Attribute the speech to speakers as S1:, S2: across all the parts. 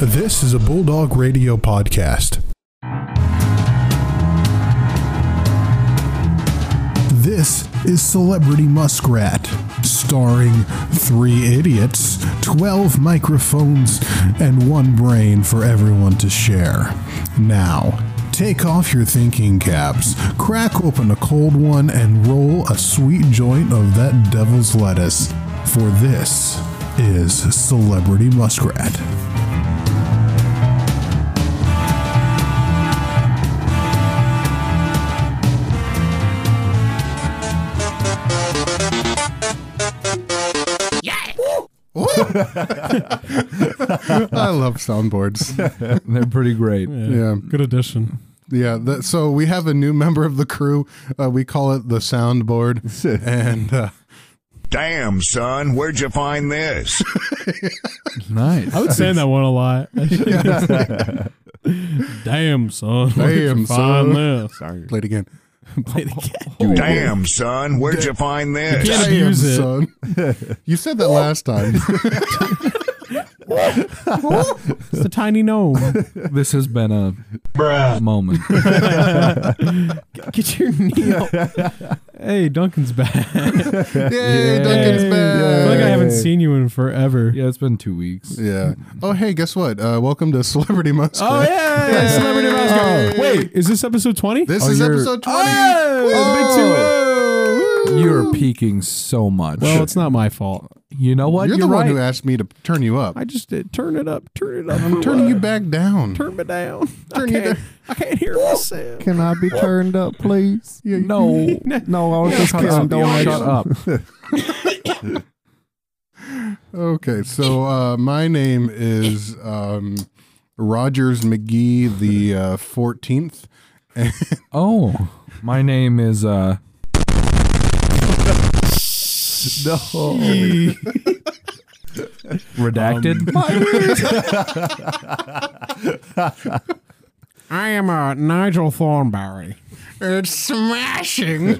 S1: This is a Bulldog Radio podcast. This is Celebrity Muskrat, starring three idiots, 12 microphones, and one brain for everyone to share. Now, take off your thinking caps, crack open a cold one, and roll a sweet joint of that devil's lettuce, for this is Celebrity Muskrat. I love soundboards.
S2: They're pretty great.
S1: Yeah.
S3: Good addition.
S1: Yeah, that, so we have a new member of the crew. Uh, we call it the soundboard, and uh,
S4: Damn, son, where'd you find this?
S2: Nice.
S3: I would say that one a lot. Damn, son. Where'd you
S1: Damn,
S3: find
S1: son.
S3: This?
S1: play it again.
S5: Oh,
S4: Damn, son, where'd you find this?
S3: Can't abuse it.
S1: son. You said that last time.
S3: It's the tiny gnome.
S2: This has been a moment.
S3: Get your knee. up. hey, Duncan's back.
S1: Yay, Duncan's
S3: Hey. I
S1: back.
S3: feel like I haven't seen you in forever.
S2: Yeah, it's been two weeks.
S1: Yeah. Oh, hey, guess what? Uh, welcome to Celebrity Muskrat.
S3: Oh yeah, celebrity mascot. Wait, is this episode twenty?
S1: This
S2: Oh,
S1: is
S2: you're-
S1: episode 20.
S2: You're peaking so much.
S3: Well, it's not my fault.
S2: you know what?
S1: You're, the
S2: right.
S1: one who asked me to turn you up.
S3: I just did. Turn it up. Turn it up. I'm
S1: Turning you back down.
S3: Turn me down.
S1: Turn
S3: I
S1: you
S3: can't,
S1: down.
S3: I can't hear myself.
S5: Can I be turned up, please?
S2: no,
S5: No, I was just
S2: shut up.
S5: kidding. Don't worry.
S2: shut up.
S1: Okay, so uh, my name is um, Rogers McGee the uh, 14th.
S2: Oh, my name is uh. no. Redacted.
S3: I am uh, Nigel Thornberry.
S1: It's smashing.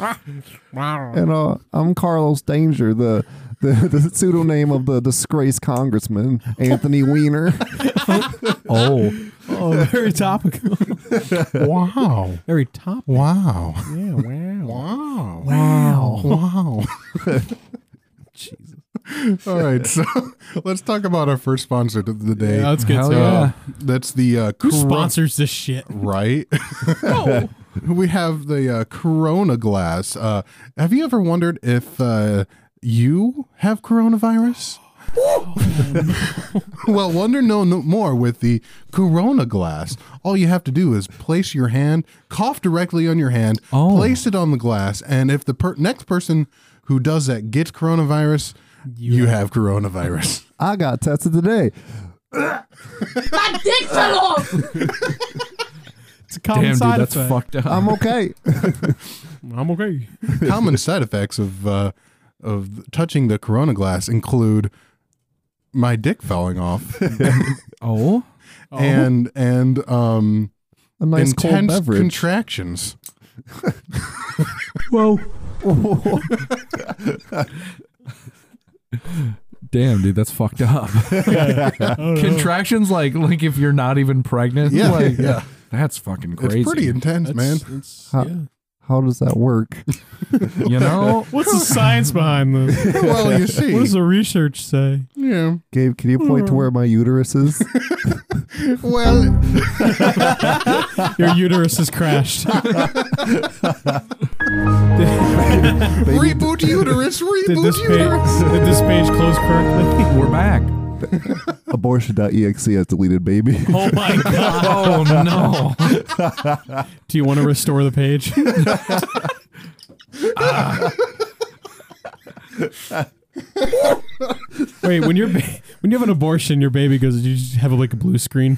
S5: And uh, I'm Carlos Danger, the, the the pseudonym of the disgraced congressman Anthony Weiner.
S2: oh,
S3: Oh, very topical.
S1: wow.
S3: very topical.
S1: Wow.
S3: Yeah, wow.
S1: Wow. Wow. Wow. Jesus. All right, so let's talk about our first sponsor of the day.
S3: Yeah, let's get
S2: Hell
S3: to
S2: yeah.
S3: it.
S1: Uh, That's the uh,
S3: Who
S1: Cor-
S3: sponsors this shit?
S1: Right. we have the uh, Corona glass. Uh, have you ever wondered if uh, you have coronavirus? well, wonder no, no more with the Corona glass. All you have to do is place your hand, cough directly on your hand,
S2: Oh.
S1: place it on the glass, and if the per- next person who does that gets coronavirus, you have coronavirus.
S5: I got tested today.
S6: My dick fell off!
S3: It's a common
S2: damn, dude,
S3: side
S2: that's
S3: effect.
S2: fucked up.
S5: I'm okay.
S3: I'm okay.
S1: common side effects of uh, of touching the corona glass include my dick falling off
S2: oh,
S1: and and um
S5: A nice cold
S1: intense
S5: beverage.
S1: contractions.
S2: damn, dude, that's fucked up. Contractions, like like if you're not even pregnant.
S1: Yeah,
S2: like,
S1: yeah.
S2: That's fucking
S1: It's
S2: crazy.
S1: pretty intense, man.
S3: It's-
S5: Huh.
S3: yeah.
S5: How does that work?
S2: You know,
S3: What's the science behind this?
S1: well, you see,
S3: What does the research say?
S1: yeah.
S5: Gabe, can you point to where my uterus is?
S1: Well,
S3: Your uterus has crashed.
S1: reboot uterus,
S3: Did
S1: reboot
S3: this
S1: uterus.
S3: page? Did this page close correctly?
S2: we're back.
S5: Abortion.exe E has deleted baby.
S3: Oh my god!
S2: Oh no.
S3: Do you want to restore the page? Ah. Wait, when you're ba- when you have an abortion, your baby goes. You just have like a blue screen.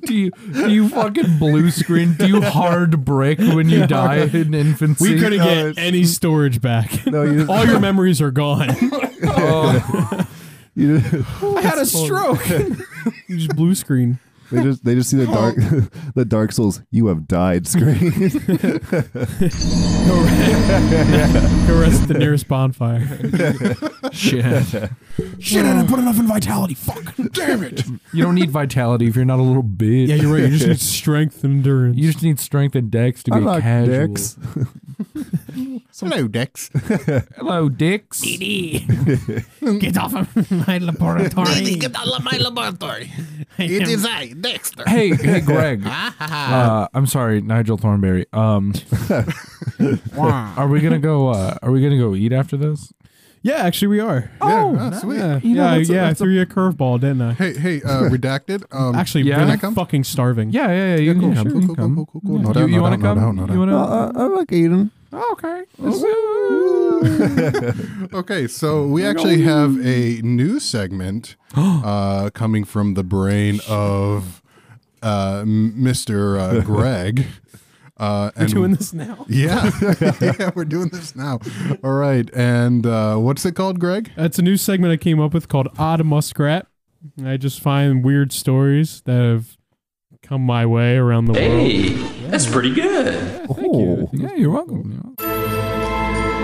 S2: Do you do you fucking blue screen? Do you hard brick when you die in infancy?
S3: We couldn't get any storage back.
S5: No, you-
S3: All your memories are gone.
S2: Oh,
S5: You-
S3: oh. I had a stroke. you just blue screen.
S5: They just they just see the dark the Dark Souls. You have died screen.
S3: Caress the nearest bonfire.
S2: Oh, Shit.
S1: Shit, I didn't put enough in vitality. Fuck. Damn it.
S2: You don't need vitality if you're not a little bitch.
S3: Yeah, you're right. You just need strength and endurance.
S2: You just need strength and dex to
S5: I
S2: be
S5: like
S2: casual.
S5: dicks.
S7: Hello, Dex.
S2: Hello, dicks.
S8: Get off of my laboratory.
S7: Get out of my laboratory. It is I, Dexter.
S2: Hey, hey, Greg. uh, I'm sorry, Nigel Thornberry. Um,
S7: Wow.
S2: are we gonna go? Uh, are we gonna go eat after this?
S3: yeah, actually, we are.
S7: Oh, sweet.
S3: Yeah,
S2: You know,
S3: yeah,
S2: that's a-
S3: yeah, I
S2: that's a-
S3: threw you a curveball, didn't I?
S7: Hey, hey, uh, redacted. Um,
S3: Actually,
S2: Yeah.
S3: really
S2: Can I
S7: come?
S3: fucking starving.
S2: Yeah, yeah, yeah. You can
S7: cool,
S2: come.
S7: sure,
S2: you
S7: cool,
S2: can come.
S7: cool, cool, cool, cool. No
S2: You-
S1: doubt,
S2: you
S1: no
S2: want to
S1: doubt, no
S2: come?
S1: doubt, no
S2: You want to?
S5: Uh, I, I like Aiden.
S2: okay. Let's-
S7: okay, so we actually have a new segment uh, coming from the brain of uh, m- Mr. Uh, Greg. Uh, and
S3: Doing this now.
S7: Yeah, yeah, we're doing this now. All right, and uh, what's it called, Greg?
S3: That's a new segment I came up with called Odd Muskrat. I just find weird stories that have come my way around the world.
S9: Hey, that's pretty good.
S5: Oh,
S2: yeah, you're welcome. You're welcome.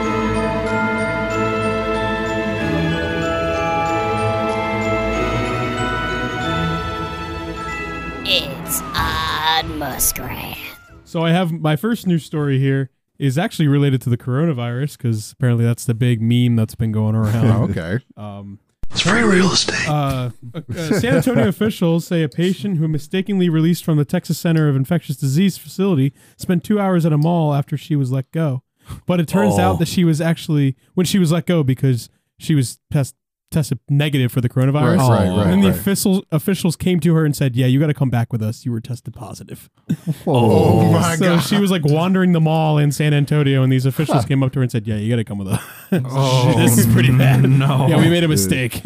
S6: It's Odd Muskrat.
S3: So I have my first news story here is actually related to the coronavirus because apparently that's the big meme that's been going around.
S7: Okay,
S3: um,
S9: It's free real estate.
S3: uh, uh, San Antonio officials say a patient who mistakenly released from the Texas Center of Infectious Disease facility spent two hours at a mall after she was let go. But it turns out
S7: Oh.
S3: that she was actually when she was let go because she was test, tested negative for the coronavirus.
S7: Right, right, right,
S3: and then the
S7: right.
S3: officials officials came to her and said, "Yeah, you got to come back with us. You were tested positive."
S7: Oh, my
S3: so
S7: God.
S3: she was like wandering the mall in San Antonio, and these officials came up to her and said, "Yeah, you got to come with us.
S7: Oh,
S3: this is pretty bad. No, yeah, we made a mistake."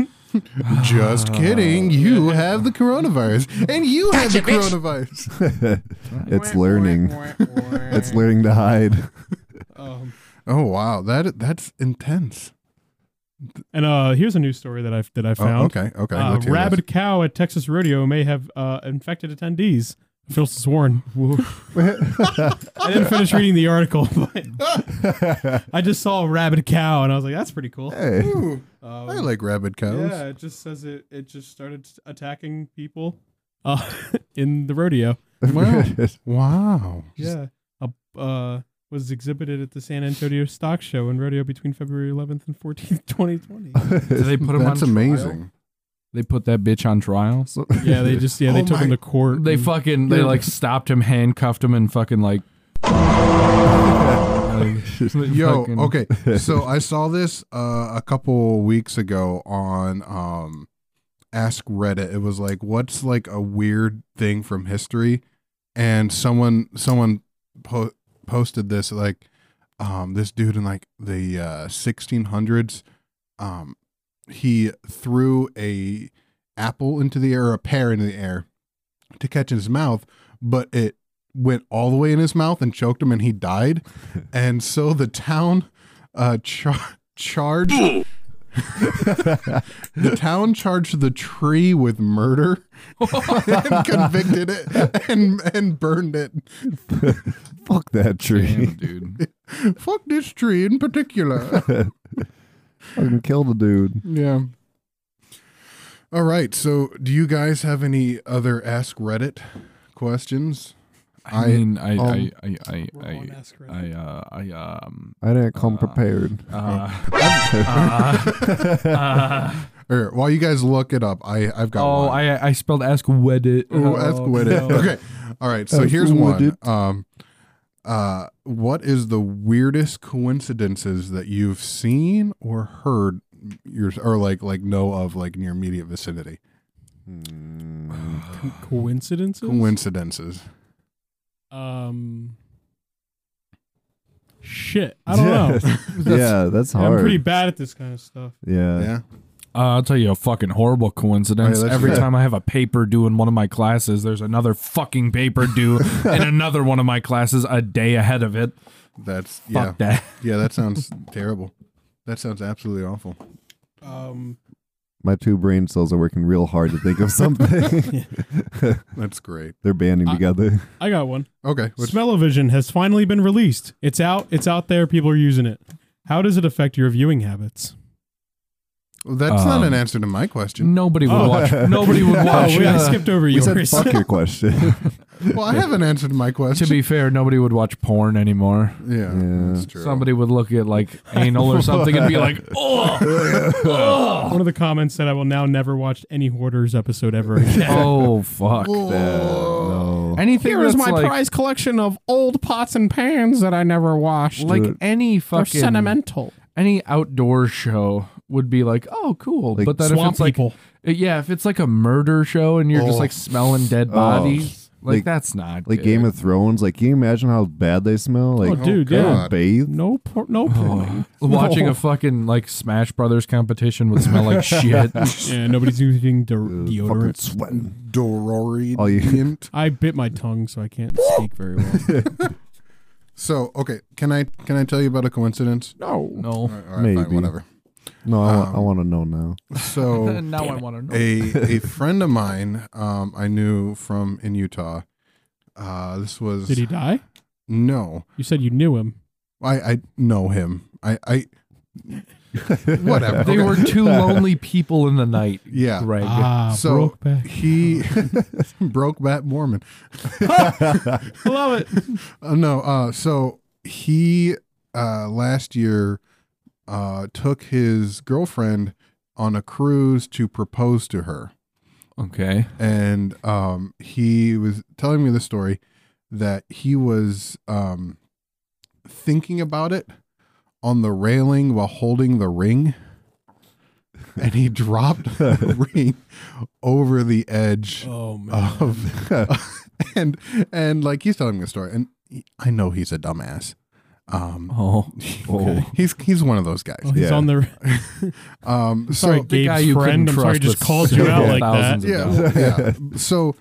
S7: just kidding. You have the coronavirus, and you have the coronavirus.
S5: it's learning. it's learning to hide.
S7: Oh wow, that that's intense.
S3: And uh, here's a new story that I that I
S7: Oh,
S3: found.
S7: okay, okay.
S3: Uh,
S7: let's hear
S3: rabid cow at Texas rodeo may have uh, infected attendees. Phil sworn. I didn't finish reading the article, but I just saw a rabid cow and I was like, "That's pretty cool."
S5: Hey,
S7: this. Ooh, I like rabid cows.
S3: Yeah, it just says it. It just started attacking people uh, in the rodeo.
S7: Wow. wow.
S3: Yeah, a, uh, was exhibited at the San Antonio Stock Show and Rodeo between February 11th and 14th, 2020.
S2: Did they put him
S7: That's
S2: on Trial?
S7: amazing.
S2: They put that bitch on trial.
S3: yeah, they just yeah they
S7: Oh
S3: took
S7: my-
S3: him to court.
S2: They
S3: and-
S2: fucking they like stopped him, handcuffed him, and fucking like.
S7: Yo,
S2: Fucking-
S7: okay. So I saw this uh, a couple weeks ago on um, Ask Reddit. It was like, what's like a weird thing from history? And someone someone po- posted this like um, this dude in like the uh, 1600s. Um, he threw a apple into the air, or a pear into the air, to catch in his mouth, but it went all the way in his mouth and choked him, and he died. And so the town uh, char- charged. the town charged the tree with murder and convicted it and and burned it.
S5: fuck that tree.
S2: dude.
S7: Fuck this tree in particular.
S5: Fucking kill the dude.
S7: yeah. All right. So, do you guys have any other Ask Reddit questions?
S2: I
S7: I-
S2: mean, I,
S5: um,
S2: I, I, I,
S3: We're on
S2: I,
S3: Ask
S2: I,
S3: Reddit.
S2: uh, I, um,
S5: I didn't come
S2: Uh,
S5: prepared.
S2: uh,
S7: Oh, Or while you guys look it up, I I've got.
S2: oh,
S7: one.
S2: I, I spelled ask Oh. Reddit.
S7: Ooh, ask with it. Okay. All right. So
S5: Ask
S7: here's
S5: with
S7: one.
S5: it.
S7: Um, uh, what is the weirdest coincidences that you've seen or heard your or like like know of like in your immediate vicinity?
S3: coincidences.
S7: Coincidences.
S3: Um. Shit, I don't know.
S5: yeah, that's hard.
S3: I'm pretty bad at this kind of stuff.
S5: Yeah.
S7: Yeah.
S2: Uh, I'll tell you a fucking horrible coincidence.
S7: All Oh, right, let's
S2: Every
S7: hear it.
S2: time I have a paper due in one of my classes, there's another fucking paper due in another one of my classes a day ahead of it.
S7: That's yeah.
S2: Fuck that.
S7: Yeah, that sounds terrible. That sounds absolutely awful.
S3: Um,
S5: My two brain cells are working real hard to think of something.
S1: That's great.
S5: They're banding together.
S3: I got one.
S1: Okay. Which,
S3: Smell-O-Vision has finally been released. It's out. It's out there. People are using it. How does it affect your viewing habits?
S1: that's not
S2: Um,
S1: an answer to my question.
S2: Nobody would
S3: Oh.
S2: watch. Nobody would
S3: Oh,
S2: watch.
S3: we, I
S2: uh,
S3: skipped over
S5: We
S3: yours.
S5: said fuck your question.
S1: Well, I have an answer to my
S2: to
S1: question.
S2: be fair, nobody would watch porn anymore.
S1: yeah,
S5: Yeah.
S1: that's true.
S2: Somebody would look at like anal or something and be like, "Oh,
S3: One of the comments said, "I will now never watch any Hoarders episode ever again."
S2: oh, fuck."
S5: no.
S2: Anything
S10: Here is
S2: that's
S10: my
S2: like,
S10: prized collection of old pots and pans that I never washed.
S2: like
S5: Dude.
S2: any
S10: They're
S2: fucking
S10: sentimental.
S2: any outdoor show would be like, "Oh, cool."
S5: Like
S2: but then if
S3: Swamp
S2: it's like,
S3: people.
S2: yeah, if it's like a murder show and you're
S10: Oh.
S2: just like smelling dead bodies, like,
S5: Like-
S2: that's not
S5: Like
S2: good.
S5: Game of Thrones, like can you imagine how bad they smell? Like
S3: oh, dude,
S1: God.
S3: yeah.
S5: God. bathe.
S3: No, por- no porn.
S2: watching a fucking like Smash Brothers competition would smell like shit.
S3: Yeah, nobody's using de-
S5: Fucking
S3: deodorant.
S5: sweating.
S1: Dorori.
S5: Oh, you-
S3: I bit my tongue, so I can't speak very well.
S1: So okay, can I can I tell you about a coincidence?
S10: No.
S2: No,
S1: All right, all right, fine,
S5: Maybe.
S1: whatever.
S5: No, I, wa-
S1: Um,
S5: I want to know now.
S1: So
S2: now I want to know.
S1: a a friend of mine um, I knew from in Utah. Uh, this was
S3: Did he die?
S1: no,
S3: You said you knew him.
S1: I I know him. I I whatever.
S2: They
S1: Okay.
S2: were two lonely people in the night.
S1: yeah.
S2: Greg.
S3: Ah,
S1: So-
S3: broke back.
S1: He broke Bat Mormon.
S3: Love it.
S1: Uh, no, uh, so he uh, last year uh, took his girlfriend on a cruise to propose to her.
S2: Okay.
S1: and um, he was telling me the story that he was um, thinking about it on the railing while holding the ring, and he dropped the ring over the edge
S3: Oh man.
S7: Ah,
S1: of, and and like he's telling me the story, and he, I know he's a dumbass. Um,
S2: Oh,
S1: he's he's one of those guys.
S3: Oh, he's
S5: yeah.
S3: on the.
S1: Um, so
S3: Sorry, Gabe's friend. I'm sorry, I just called you out like that.
S1: yeah, well, yeah. So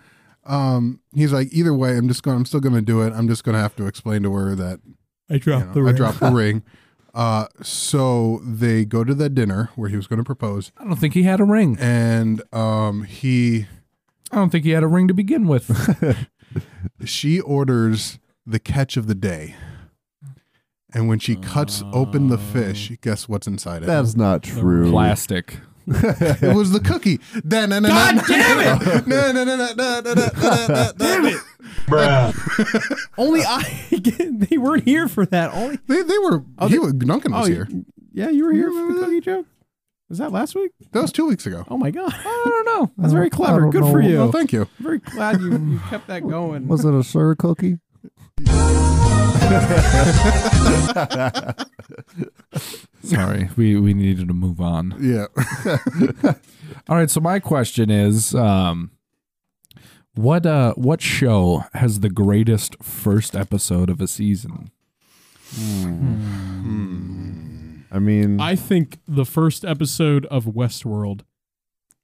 S1: um, he's like, either way, I'm just going. to I'm still going to do it. I'm just going to have to explain to her that
S3: I
S1: you
S3: dropped
S1: know,
S3: the.
S1: I
S3: ring.
S1: dropped the ring. Uh, so they go to that dinner where he was going to propose,
S2: I don't think he had a ring.
S1: and um, he
S2: I don't think he had a ring to begin with.
S1: she orders the catch of the day. And when she cuts open the fish, guess what's inside it?
S5: That's not true.
S2: Plastic.
S1: it was the cookie. God damn it! Damn it!
S10: Only I.
S3: they weren't here for that. Only. Oh,
S1: They Oh, they were he was Duncan was here.
S10: Yeah, you were here for the cookie joke. Was that last week?
S1: That was two weeks ago.
S10: Oh my god,
S2: I don't know.
S10: that's very clever.
S5: don't
S10: Good for
S5: know.
S10: you.
S1: Well, thank you.
S10: I'm very glad you, you kept that going.
S5: Was it a sir cookie?
S2: Sorry, we we needed to move on.
S1: Yeah.
S2: All right. So my question is, um, what uh, what show has the greatest first episode of a season?
S5: I mean,
S3: I think the first episode of Westworld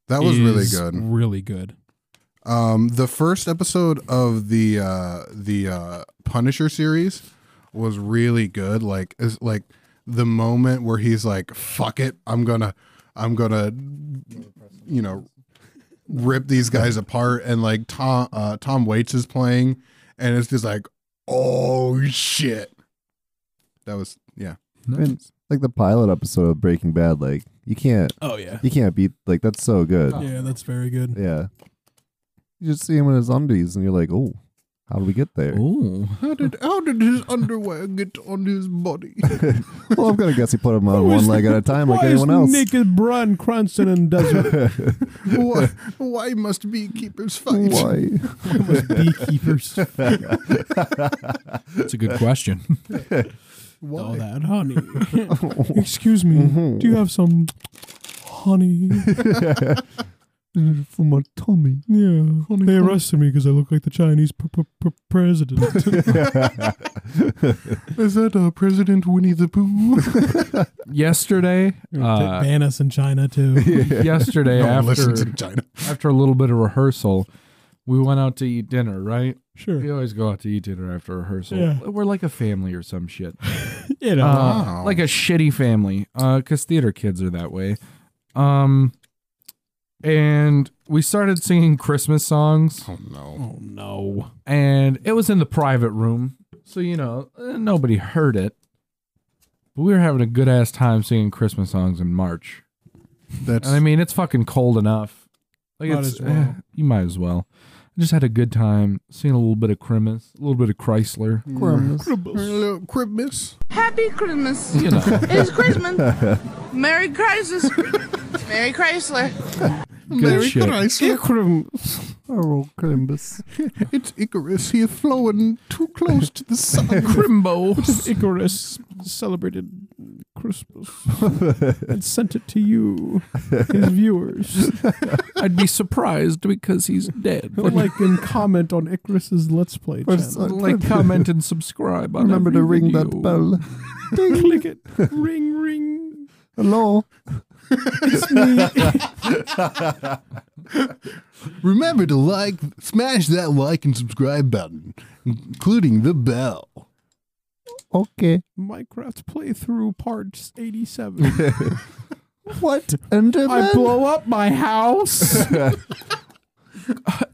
S1: That was really
S3: is
S1: good.
S3: Really good.
S1: Um the first episode of the uh the uh Punisher series was really good. Like is like the moment where he's like, fuck it, I'm gonna I'm gonna you know rip these guys apart and like Tom uh Tom Waits is playing and it's just like oh shit. That was yeah.
S5: I mean, like the pilot episode of Breaking Bad. Like you can't,
S3: Oh yeah. Oh.
S5: you can't beat. Like that's so good.
S3: Yeah, that's very good.
S5: Yeah. You just see him in his undies, and you're like, oh, how did we get there?
S2: Ooh,
S1: How did how did his underwear get on his body?
S5: well, I'm gonna guess he put him on
S3: Who is-
S5: one leg at a time, like
S3: Why
S5: anyone
S3: is
S5: else.
S3: Naked Brian Cranston and Desert
S1: why, why must beekeepers fight?
S5: Why?
S3: beekeepers
S2: that's a good question.
S3: all that honey. Excuse me,
S5: Mm-hmm.
S3: do you have some honey
S5: For my tummy.
S3: Yeah, they arrested me because I look like the Chinese pr- pr- pr- president.
S1: Is that uh, President Winnie the Pooh?
S2: Yesterday, uh,
S3: Ban us in China too.
S2: yesterday
S1: Don't listen
S2: after
S1: to China.
S2: after a little bit of rehearsal, we went out to eat dinner, right?
S3: Sure,
S2: We always go out to eat dinner after rehearsal.
S3: Yeah.
S2: We're like a family or some shit.
S3: you know.
S2: Uh, Like a shitty family. Uh, cause theater kids are that way. Um and we started singing Christmas songs.
S7: Oh no.
S2: Oh no. And it was in the private room, so you know, uh, nobody heard it. But we were having a good ass time singing Christmas songs in March.
S7: That's
S2: And I mean, it's fucking cold enough. Like
S3: Might
S2: it's,
S3: as well.
S2: eh, you might as well. I just had a good time seeing a little bit of Christmas, a little bit of Chrysler.
S7: Little Christmas.
S11: Happy Christmas.
S2: You know.
S11: It's Christmas. Merry Christmas. Merry Chrysler.
S2: Good shit.
S5: Icarus. Oh, Crimbus.
S7: It's Icarus. He is flowing too close to the sun.
S2: Crimbo.
S3: Icarus celebrated Christmas and sent it to you, his viewers.
S2: I'd be surprised because he's dead. But
S3: like and comment on Icarus's Let's Play channel.
S2: like, comment, and subscribe. on
S5: Remember to
S2: every
S5: ring
S2: video.
S5: that bell. Ding.
S3: Click it. Ring, ring.
S5: Hello.
S7: Remember to like, smash that like and subscribe button, including the bell.
S5: Okay.
S3: Minecraft playthrough part 87.
S5: What? Enderman?
S3: I blow up my house. Uh,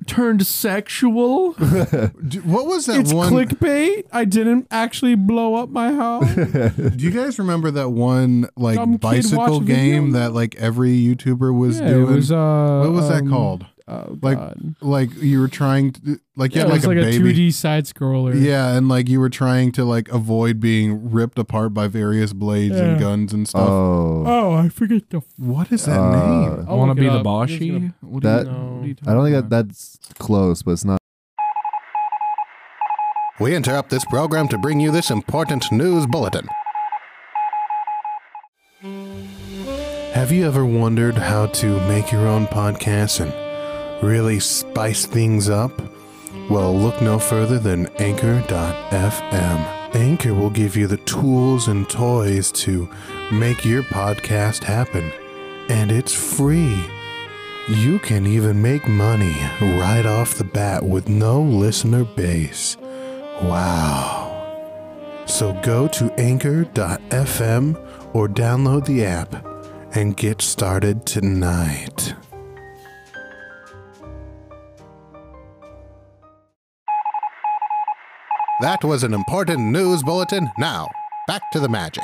S2: Turned sexual.
S7: D- What was that
S3: it's
S7: one?
S3: clickbait. I didn't actually blow up my house.
S7: Do you guys remember that one like
S3: Dumb kid
S7: bicycle
S3: watch
S7: game
S3: videos.
S7: that like every YouTuber was
S3: Yeah, it
S7: doing?
S3: was, uh,
S7: what was that
S3: um,
S7: called?
S3: Oh,
S7: Like-
S3: God.
S7: Like you were trying to like you
S3: yeah,
S7: had like
S3: it's
S7: a
S3: like a,
S7: baby.
S3: 2D side scroller.
S7: yeah, and like you were trying to like avoid being ripped apart by various blades and
S3: Yeah.
S7: guns and stuff.
S5: Oh.
S3: Oh, I forget the. F-
S7: what is that
S5: Uh,
S7: name?
S2: I want to be the Bashi.
S3: bossy.
S2: What
S5: That-
S2: what are you talking
S5: I don't think that,
S2: about?
S5: that's close, but it's not.
S4: We interrupt this program to bring you this important news bulletin.
S7: Have you ever wondered how to make your own podcast and really spice things up? Well, look no further than Anchor.fm. Anchor will give you the tools and toys to make your podcast happen, and it's free. You can even make money right off the bat with no listener base. Wow. So go to anchor.fm or download the app and get started tonight.
S4: That was an important news bulletin. Now, back to the magic.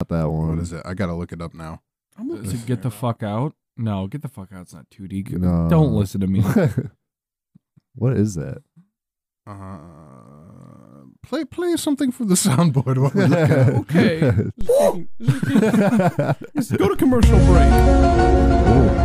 S5: Not that one.
S7: What is it? I gotta look it up now.
S2: Is it get the fuck out? No, get the fuck out. It's not 2D. G-
S5: No.
S2: Don't listen to me.
S5: what is that?
S7: Uh, play play something from the soundboard while we look at it.
S3: Okay. Just go to commercial break.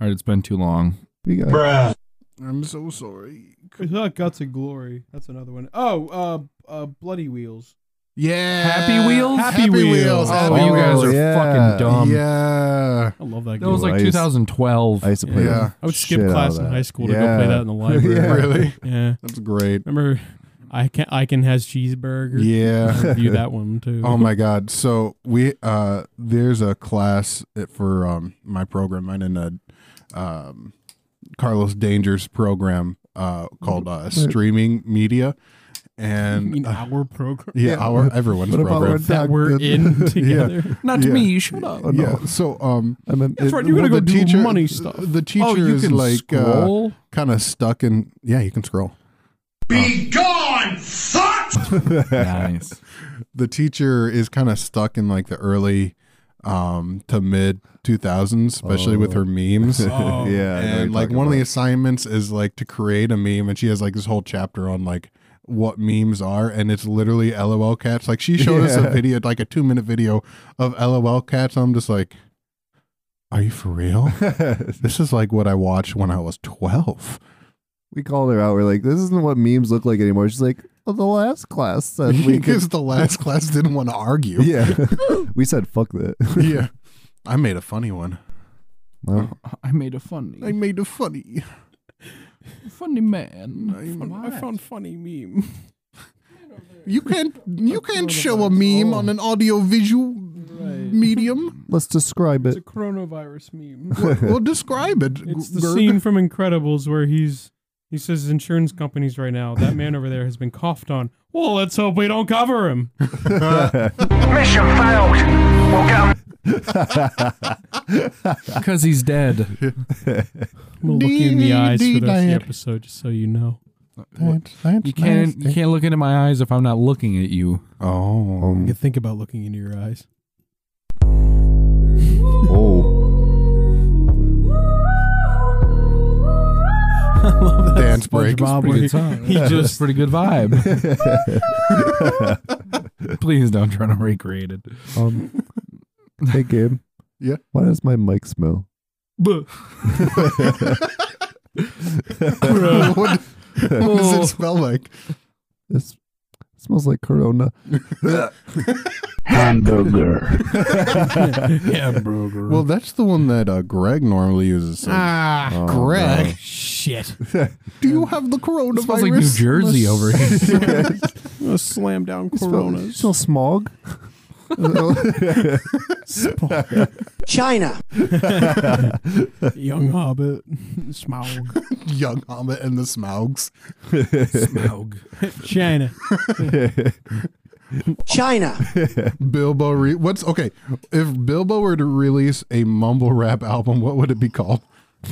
S2: All right, it's been too long.
S5: We got
S7: I'm so sorry.
S3: It's not Guts and Glory. That's another one. Oh, uh, uh, Bloody Wheels.
S7: Yeah.
S2: Happy Wheels?
S7: Happy,
S2: Happy
S7: Wheels.
S2: Wheels. Oh,
S7: Happy
S2: you guys
S7: Wheels.
S2: are
S5: yeah.
S2: fucking
S7: Um,
S2: dumb.
S7: yeah.
S3: I love that
S2: That
S3: game.
S2: was like
S5: Nice.
S2: 2012.
S5: I used to play.
S7: Yeah.
S3: I would skip
S5: shit out of
S3: class in
S5: that.
S3: high school to
S5: Yeah.
S3: go play that in the library.
S5: Yeah.
S7: Really?
S3: Yeah.
S7: That's great.
S3: Remember, I can I can has cheeseburger.
S7: Yeah.
S3: I Review that one too.
S7: Oh my god! So we uh, there's a class at- for um, my program, mine and a um, Carlos Danger's program uh, called uh, streaming media,
S3: You mean
S7: and uh,
S3: our program
S7: yeah, our everyone's
S5: What about
S7: program.
S5: when
S3: that
S5: Doc
S3: we're
S5: did-
S3: in together.
S2: Not
S7: Yeah.
S2: me. Shut up.
S5: Oh, no.
S7: Yeah. So um,
S5: I meant
S3: That's
S5: it-
S3: right. You're gonna
S7: well,
S3: go
S7: the
S3: do
S7: teacher-
S3: money stuff.
S7: the teacher
S2: oh, you
S7: is
S2: can
S7: like uh,
S2: scroll.
S7: kind of stuck in. Yeah, you can scroll.
S9: Be gone, slut!
S2: nice.
S7: the teacher is kind of stuck in like the early um to mid 2000s especially with her memes
S5: yeah. I know what you're
S7: and like
S5: talking
S7: one of the
S5: about.
S7: assignments is like to create a meme and she has like this whole chapter on like what memes are and it's literally lol cats like she showed us a
S5: Yeah.
S7: video like a two minute video of lol cats i'm just like are you for real this is like what i watched when i was 12
S5: we called her out. We're like, this isn't what memes look like anymore. She's like, well, the last class said we could.
S7: because the last class didn't want to argue
S5: Yeah. we said fuck that.
S7: yeah i made a funny one
S5: Well,
S2: I made a funny,
S7: made a funny
S2: funny man.
S3: I found funny meme.
S7: You can't you can't show a meme on an audio visual medium.
S5: let's describe
S3: It's a
S5: it.
S3: coronavirus meme.
S7: Well, describe it.
S3: It's the
S7: Gerg.
S3: scene from Incredibles where he's He says insurance companies right now. That man over there has been coughed on. Well, let's hope we don't cover him.
S9: Mission failed. We'll go.
S2: Because he's dead.
S3: We'll look you in the eyes for the rest of the episode, just so you know.
S2: You can't you can't look into my eyes if I'm not looking at you.
S7: Oh.
S3: You think about looking into your eyes.
S5: Oh.
S7: Dance break.
S2: Bob,
S3: pretty
S2: where
S3: good song.
S2: he just pretty good vibe. Please don't try to recreate it.
S5: Um, hey, Gabe.
S7: Yeah?
S5: Why does my mic smell?
S7: what, what does it smell like?
S5: It's, it smells like Corona.
S9: Hamburger.
S7: Well, that's the one that uh, Greg normally uses. so-
S8: Ah,
S5: Oh,
S7: Greg,
S8: shit.
S7: do you have the
S2: It smells like
S7: coronavirus?
S2: New Jersey over here.
S12: I'm gonna slam down
S5: no. Smell,
S12: Coronas.
S5: smell smog.
S8: China.
S3: Young Hobbit.
S12: Smog.
S7: Young Hobbit and the Smaugs.
S2: Smaug.
S3: China.
S8: China.
S7: Bilbo. Re- what's okay? If Bilbo were to release a mumble rap album, what would it be called?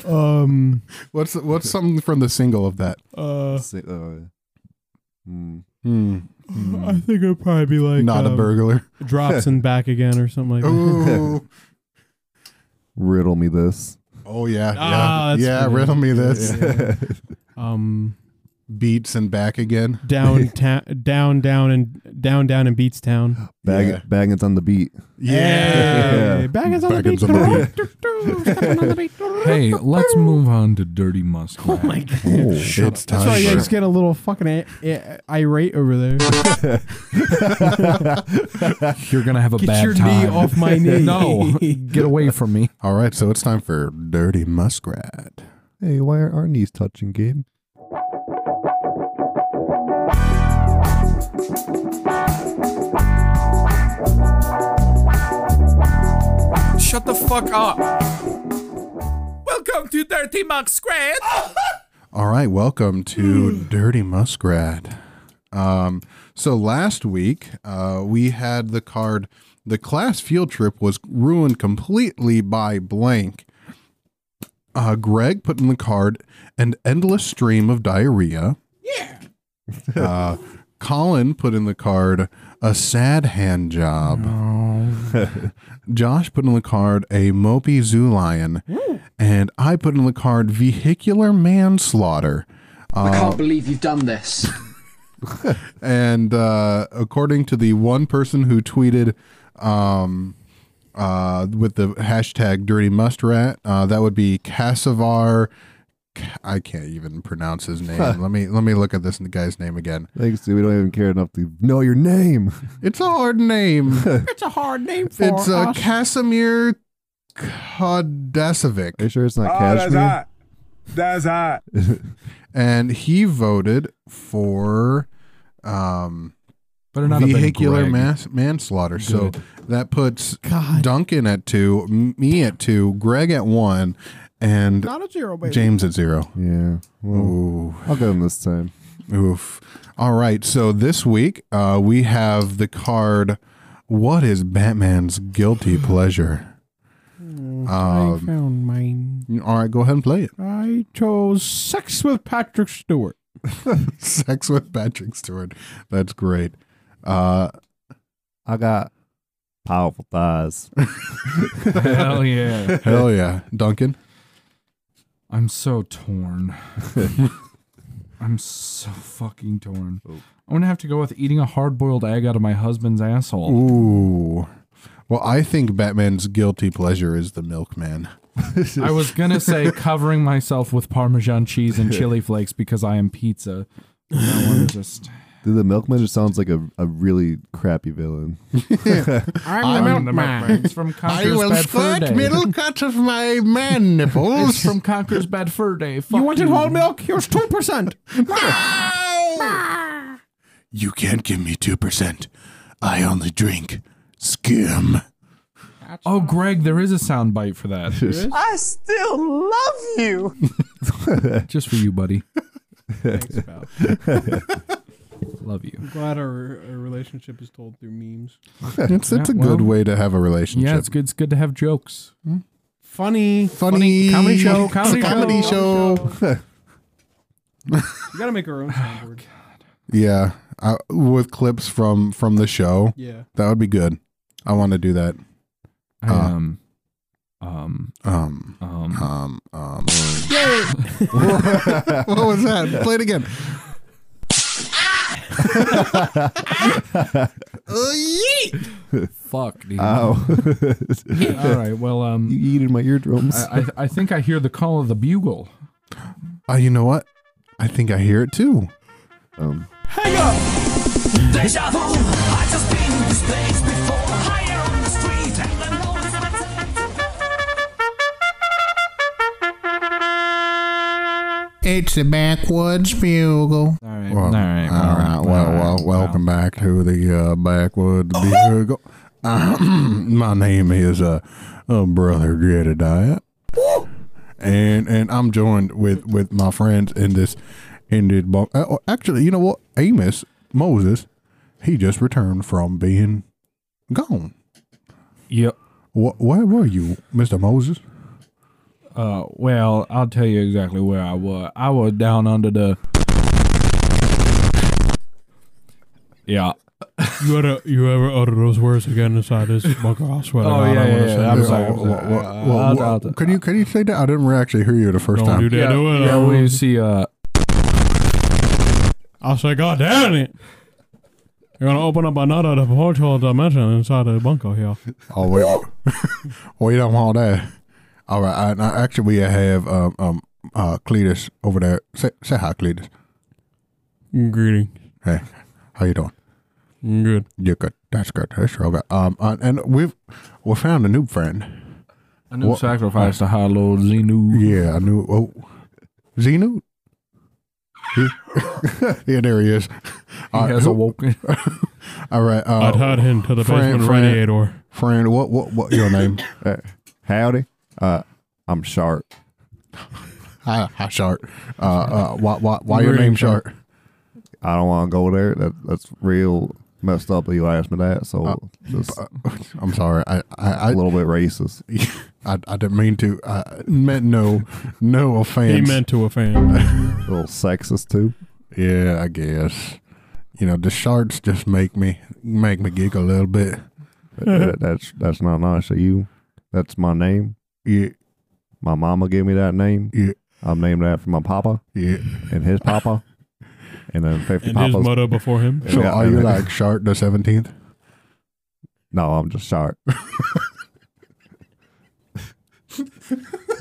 S3: Um.
S7: What's what's something from the single of that?
S3: Uh.
S5: Say- uh, hmm.
S7: Hmm.
S3: I think it'd probably be like
S7: Not a
S3: um,
S7: burglar.
S3: Drops and back again or something like that.
S7: Ooh.
S5: Riddle me this.
S7: Oh yeah,
S3: Ah,
S7: yeah,
S3: that's
S7: yeah.
S3: good.
S7: Riddle me this.
S3: Um.
S7: Beats and back again.
S3: Down, ta- down, down, and down, down, and beats town.
S5: Bag,
S7: Yeah.
S5: Baggins on the beat.
S7: Yeah.
S3: Hey, back is on the
S7: Back is
S3: beat.
S7: on the
S2: Hey, let's move on to Dirty Muskrat. Oh my god.
S5: Oh,
S7: It's time.
S3: That's why you
S7: for-
S3: guys get a little fucking a- a- irate over there.
S2: You're gonna have a
S3: Get
S2: bad
S3: your
S2: time.
S3: knee off my knee.
S2: No, get away from me.
S7: All right, so it's time for Dirty Muskrat.
S5: hey, why are our knees touching, Gabe?
S13: Shut the fuck up. Welcome to Dirty Muskrat.
S7: All right, welcome to Dirty Muskrat. Um, so last week uh, we had the card. The class field trip was ruined completely by blank. Uh, Greg put in the card an endless stream of diarrhea. Yeah. uh, Colin put in the card a sad hand job. Josh put in the card a mopey zoo lion, and I put in the card vehicular manslaughter.
S14: I can't believe you've done this.
S7: And uh, according to the one person who tweeted um, uh, with the hashtag Dirty Mustrat, uh, that would be Cassavar. I can't even pronounce his name. let me let me look at this guy's name again.
S5: Thanks, dude. We don't even care enough to know your name.
S7: It's a hard name.
S12: It's a hard name for
S7: it's uh,
S12: us.
S7: Casimir
S5: Are you
S7: Kodasevic,
S5: sure it's not cashmere?
S9: That's hot.
S7: and he voted for um,
S2: Better not
S7: vehicular
S2: have been Greg.
S7: mass, manslaughter. So
S2: Good.
S7: that puts Duncan at two, m- me at two, Greg at one, and
S12: Not a zero, baby.
S7: James at zero.
S5: Yeah. Well,
S7: Ooh,
S5: I'll get him this time.
S7: oof. All right. So this week uh, we have the card. What is Batman's guilty pleasure?
S2: Mm,
S12: I
S7: Um,
S12: found mine.
S7: all right, go ahead and play it.
S12: I chose sex with Patrick Stewart.
S7: Sex with Patrick Stewart. That's great. Uh,
S5: I got powerful thighs.
S2: Hell yeah.
S7: hell yeah, Duncan.
S2: I'm so torn. I'm so fucking torn.
S3: Oh.
S2: I'm gonna have to go with eating a hard boiled egg out of my husband's asshole.
S7: Ooh. Well, I think Batman's guilty pleasure is the milkman.
S2: I was gonna say covering myself with Parmesan cheese and chili flakes because I am pizza. But That one is just
S5: Dude, the milkman just sounds like a, a really crappy villain.
S12: I'm,
S2: I'm the milkman. It's from Conker's Bad Fur Day.
S7: cut of my man
S2: It's
S7: nipples.
S2: from Conker's Bad Fur Day. Fuck
S12: You wanted whole milk? Here's two percent.
S7: you can't give me 2%. I only drink skim.
S2: Oh, Greg, there is a sound bite for that.
S11: I still love you.
S2: Just for you, buddy.
S3: Thanks, pal.
S2: Love you.
S3: I'm glad our, our relationship is told through memes.
S7: It's, it's a good way to have a relationship.
S2: Yeah, it's good. It's good to have jokes.
S3: Funny,
S7: Funny.
S2: comedy show, comedy,
S7: Comedy show.
S3: We gotta make our own soundboard.
S7: yeah, I, with clips from from the show.
S3: Yeah.
S7: that would be good. I want to do that.
S2: I, um, um,
S7: Um,
S2: um,
S7: um, um.
S2: Yay!
S7: what was that? Play it again.
S2: Fuck, dude.
S5: Ow.
S2: All right. Well, um,
S5: you eated my eardrums.
S2: I, I, I think I hear the call of the bugle.
S7: Oh, you know what? I think I hear it too. Um,
S13: Hang up! Deja vu! I just been this place before. Higher on the street.
S15: It's the backwoods bugle.
S2: All right.
S7: well, all right. Well, well, welcome back to the uh, Backwoods Bugle. my name is uh, uh, Brother Jedediah, and and I'm joined with with my friends in this in this. Bo- uh, oh, actually, you know what? Amos Moses, he just returned from being gone.
S2: Yep.
S7: Wh- where were you, Mister Moses?
S2: Uh, well, I'll tell you exactly where I was. I was down under the. Yeah.
S3: You ever you ever utter those words again inside this bunker? I swear
S2: Oh, yeah, yeah, yeah, I'm sorry, I'm sorry. Uh, I'll- I'll-
S7: Can you can you say that? I didn't actually hear you the first
S3: Don't
S7: time.
S3: do that. um,
S2: Yeah,
S3: do it.
S2: yeah, we see. Uh,
S3: I say, God damn it! You're gonna open up another portal dimension inside the bunker here.
S7: Oh wait, we don't want that. All right, I, now actually we have um um uh Cletus over there. Say say hi, Cletus.
S3: Greeting.
S7: Hey, how you doing?
S3: Good.
S7: You're good. That's good. That's real good. Um, uh, and we've we found a new friend.
S2: a new
S7: What-
S2: sacrifice to High Lord Xenu.
S7: Yeah, a new oh, Zenu. yeah, there he is.
S2: He has awoken.
S7: All right. Uh,
S3: I'd hide him to the basement radiator.
S7: Friend, what what what your name?
S5: Uh, Howdy. Uh, I'm Sharp.
S7: Hi, hi, Sharp. Uh, uh, why why, why your name Sharp?
S5: I don't want to go there. That, that's real messed up that you asked me that. So just
S7: I'm sorry. I, I, I
S5: a little bit racist.
S7: I, I didn't mean to. I meant no, no offense.
S3: He meant to offend.
S5: a little sexist too.
S7: Yeah, I guess. You know, the sharks just make me make me giggle a little bit.
S5: That- that's that's not nice of you. That's my name.
S7: Yeah.
S5: My mama gave me that name.
S7: Yeah.
S5: I'm named after my papa.
S7: Yeah.
S5: And his papa. And then fifty
S3: and his
S5: papas.
S3: motto before him.
S7: So
S5: Yeah,
S7: are
S5: I
S7: you
S5: mean-
S7: like shark the seventeenth?
S5: No, I'm just sharp.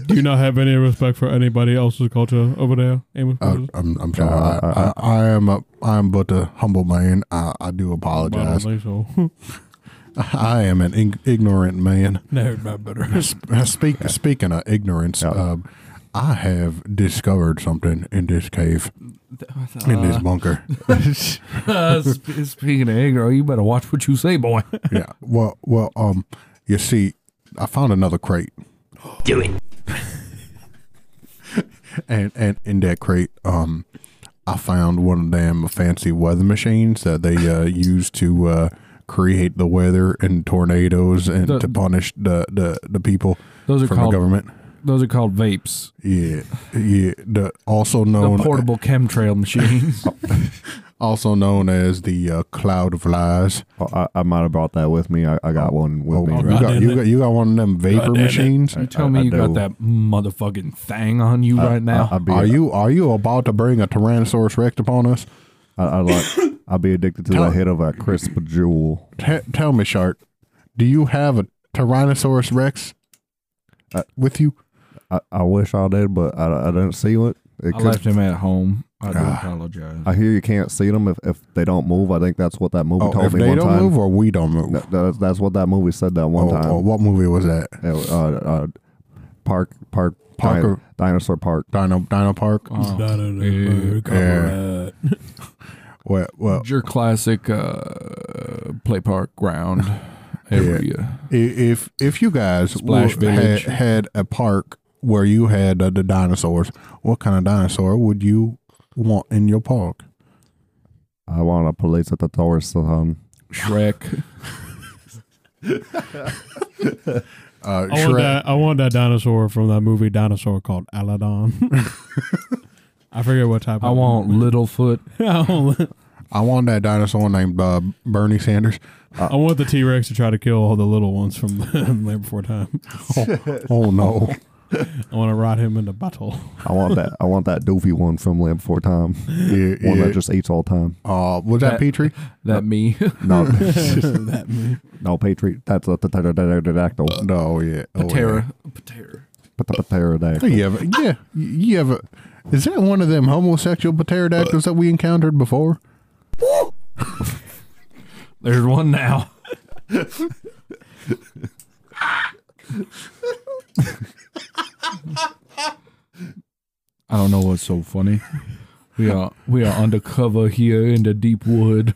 S3: Do you not have any respect for anybody else's culture over there, Amos?
S7: Uh, I'm I'm sorry. I, I, I am a I am but a humble man. I, I do
S3: I don't
S7: apologize.
S3: think so.
S7: I am an ig- ignorant man.
S3: no, not better.
S7: Uh, Speak, speaking of ignorance, um, I have discovered something in this cave, in this bunker.
S2: Uh, sp- speaking of ignorant, you better watch what you say, boy.
S7: yeah. Well, well, um, you see, I found another crate.
S13: Do it.
S7: and and in that crate, um, I found one of them fancy weather machines that they uh, use to uh, create the weather and tornadoes and
S2: The-
S7: to punish the, the, the people
S2: Those are
S7: from
S2: called-
S7: the government.
S2: Those are called vapes.
S7: Yeah, yeah. The also
S2: The
S7: known
S2: portable chemtrail machines.
S7: also known as the uh, cloud of lies.
S5: Oh, I, I might have brought that with me. I, I got one with
S7: Oh,
S5: me.
S7: you
S5: right?
S7: got you got you got one of them vapor
S2: God damn it.
S7: machines.
S2: You tell
S5: I-
S2: me
S5: I
S2: you got
S5: do.
S2: that motherfucking thing on you right now.
S5: I, I'd be,
S7: Are you are you about to bring a Tyrannosaurus Rex upon us?
S5: I, I like. I'd be addicted to the hit of a crisp jewel.
S7: Te- tell me, Shark, do you have a Tyrannosaurus Rex
S5: Uh,
S7: with you?
S5: I, I wish I did, but I, I didn't see it. It
S2: I
S5: could-
S2: left him at home. I do apologize.
S5: Ah. I hear you can't see them if, if they don't move. I think that's what that movie
S7: Oh,
S5: told
S7: if
S5: me
S7: they
S5: one
S7: don't
S5: time.
S7: move or we don't move.
S5: That- that's, that's what that movie said that one
S7: Oh,
S5: time.
S7: oh, what movie was that?
S5: Uh, uh, uh, park, park,
S7: Parker-
S5: dino- dinosaur park.
S7: Dino Dino Park.
S2: Oh,
S7: yeah. Well, well,
S2: your classic uh, play park ground area.
S7: i- if if you guys
S2: Splash
S7: were- had,
S2: Village.
S7: had a park where you had uh, the dinosaurs, what kind of dinosaur would you
S1: want in your park?
S5: I want a police at the door, son.
S2: Shrek.
S7: Uh,
S3: I want,
S7: Shrek-
S3: that, I want that dinosaur from that movie Dinosaur called Aladon. I forget what type.
S2: I want Littlefoot.
S3: I want,
S7: I want that dinosaur named uh, Bernie Sanders.
S3: I want the T Rex to try to kill all the little ones from Land Before Time.
S7: Oh, oh, no.
S3: I want to ride him into battle.
S5: I want that. I want that doofy one from Land Before Time.
S7: Yeah,
S5: one
S7: yeah.
S5: that just eats all time.
S7: Uh, was that,
S2: That-
S7: Petrie?
S2: That me.
S5: No,
S3: that me.
S5: no, Patriot. That's a pterodactyl.
S7: No, yeah. Oh,
S2: Patera.
S5: Pter-
S7: Yeah.
S5: Pterodactyl.
S7: You ever, yeah. You ever, is that one of them homosexual pterodactyls that we encountered before?
S2: There's one now. I don't know what's so funny. We are we are undercover here in the deep wood.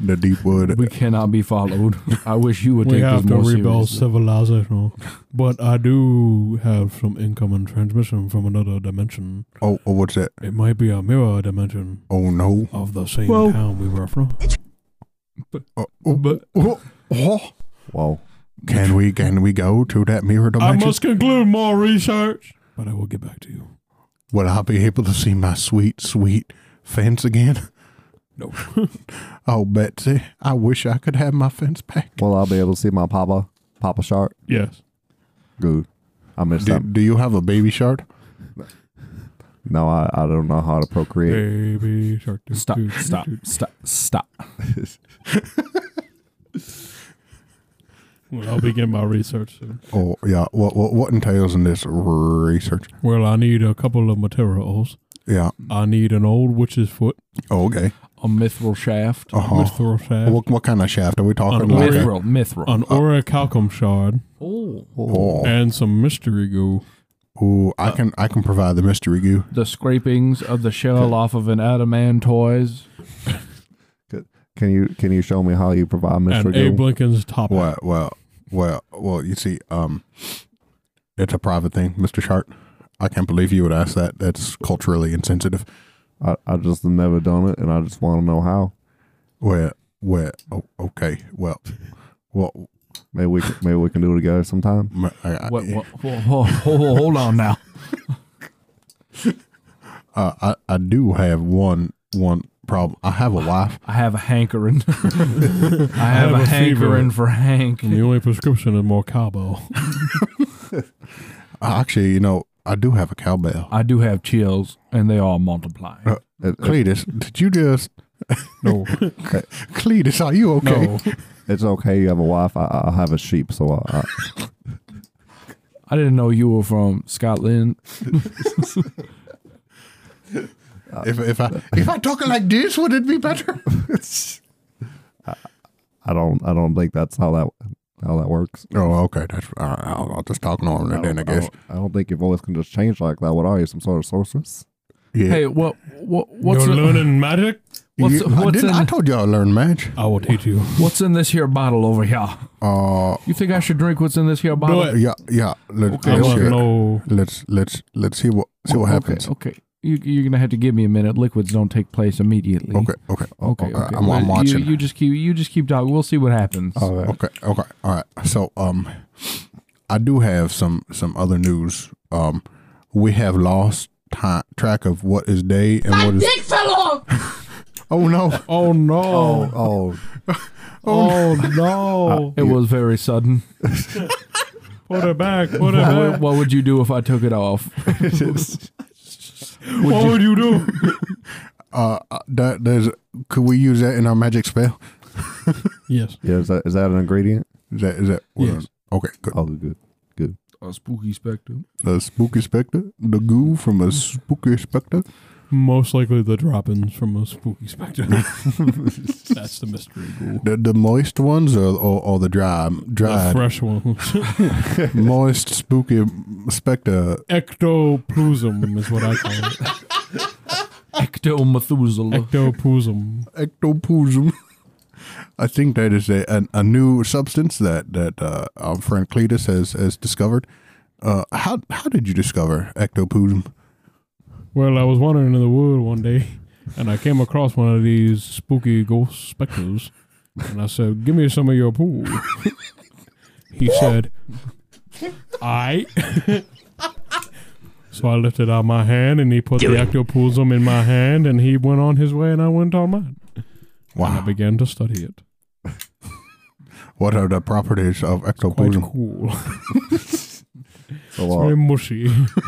S7: The deep wood.
S2: We cannot be followed. I wish you would
S3: we
S2: take
S3: have
S2: this
S3: to
S2: more
S3: rebuild
S2: seriously.
S3: civilization, but I do have some incoming transmission from another dimension.
S7: Oh, oh, what's that?
S3: It might be a mirror dimension
S7: Oh no.
S3: of the same
S2: Well-
S3: town we were from.
S7: Oh, oh,
S2: But
S7: oh, oh.
S5: Wow.
S7: Can we can we go to that mirror
S3: I
S7: dimension?
S3: must conclude more research, but I will get back to you.
S7: Will I be able to see my sweet, sweet fence again?
S2: No.
S7: oh, Betsy, I wish I could have my fence back.
S5: Well, I'll be able to see my papa, Papa Shark.
S3: Yes.
S5: Good. I missed
S7: Do,
S5: that.
S7: do you have a baby shark?
S5: No, I, I don't know how to procreate.
S3: Baby shark. doo,
S2: Stop!
S3: doo,
S2: Stop!
S3: doo, doo.
S2: Stop! Stop!
S3: Well, I'll begin my research soon.
S7: Oh yeah. What what what entails in this research?
S3: Well, I need a couple of materials.
S7: Yeah.
S3: I need an old witch's foot,
S7: Oh, okay.
S2: A mithril shaft.
S7: Uh huh.
S3: mithril shaft,
S7: What, what kind of shaft are we talking?
S3: Uh,
S7: Like a-
S2: Mithril. Mithril.
S3: an orichalcum shard,
S7: oh,
S3: and some mystery goo.
S7: ooh, I can I can provide the mystery goo.
S2: the scrapings of the shell off of an adamantoise.
S5: Can you can you show me how you provide
S3: and
S5: Mr.
S3: Abe
S5: Goo?
S3: Lincoln's top.
S7: Well, well, well, well. You see, um, it's a private thing, Mister Sharp. I can't believe you would ask that. That's culturally insensitive.
S5: I, I just have never done it, and I just want to know how.
S7: Well, well, oh, okay, well, well.
S5: Maybe we can, maybe we can do it together sometime.
S7: m- I, I-
S2: What, what, whoa, whoa, whoa, whoa, hold on now.
S7: Uh, I I do have one one problem. I have a wife.
S2: I have a hankering. I have,
S3: have
S2: a,
S3: a fever.
S2: hankering for Hank.
S3: And the only prescription is more cowbell.
S7: I actually, you know, I do have a cowbell.
S2: I do have chills, and they are multiplying.
S7: Uh,
S5: It, it-
S7: Cletus, did you just?
S3: No,
S7: Cletus, are you okay?
S3: no.
S5: it's okay. You have a wife. I, I I have a sheep, so I, I,
S2: I didn't know you were from Scotland.
S7: If if I if I talk like this, would it be better?
S5: I don't I don't think that's how that how that works.
S7: oh, okay. That's all right. I'll, I'll just talk normal
S5: I
S7: then. I
S5: don't-
S7: guess.
S5: don't, I don't think your voice can just change like that. What are you, some sort of sorceress?
S7: Yeah.
S2: Hey, what, what, what's
S3: You're
S2: in-
S3: learning magic.
S2: what's,
S7: You- I,
S2: what's,
S7: didn't-
S2: in,
S7: I told you I learned match.
S3: I will teach you.
S2: what's in this here bottle over here?
S7: Uh,
S2: You think I should drink what's in this here bottle?
S3: it.
S7: yeah, yeah. Let, us
S3: I want
S7: hear
S3: to
S7: it.
S3: know.
S7: let's let's let's see what see what
S2: Oh, okay,
S7: happens.
S2: Okay, You, you're gonna have to give me a minute. Liquids don't take place immediately.
S7: Okay, okay,
S2: okay,
S7: okay.
S2: okay.
S7: I'm, I'm
S2: You-
S7: watching.
S2: You, just keep, you just keep talking. We'll see what happens.
S7: okay, okay, all right. So, um, I do have some some other news. Um, we have lost ti track of what is day and what is.
S11: Dick fell off!
S7: Oh no!
S3: Oh no!
S5: Oh,
S3: Oh no!
S2: It was very sudden.
S3: Put it back. Put it
S2: What,
S3: back.
S2: would- what would you do if I took it off?
S3: what would you do?
S7: Uh, uh, that there's. Could we use that in our magic spell?
S3: yes.
S5: yeah. Is that is that an ingredient?
S7: Is that is that?
S3: Yes.
S7: Okay, good.
S5: Oh, good.
S2: A spooky spectrum.
S7: The spooky specter, the goo from a spooky specter.
S3: Most likely the droppings from a spooky spectre. That's the mystery ghoul.
S7: The, the moist ones or, or, or the dry,
S3: The
S7: dry,
S3: fresh ones.
S7: moist, spooky specter?
S3: Ectoplasm is what I call it.
S2: Ecto Methuselah.
S3: Ectoplasm.
S7: Ectoplasm. I think that is a, an, a new substance that that uh, our friend Cletus has has discovered. Uh, how how did you discover ectoplasm?
S3: Well, I was wandering in the wood one day, and I came across one of these spooky ghost specters, and I said, "Give me some of your poo." he said, "I." so I lifted out my hand, and he put
S13: Do
S3: the
S13: it.
S3: ectoplasm in my hand, and he went on his way, and I went on mine.
S7: Wow.
S3: And I began to study it.
S7: What are the properties of
S3: Quite
S7: ectoplasm?
S3: cool.
S7: So,
S3: it's
S7: uh,
S3: very mushy,
S7: what-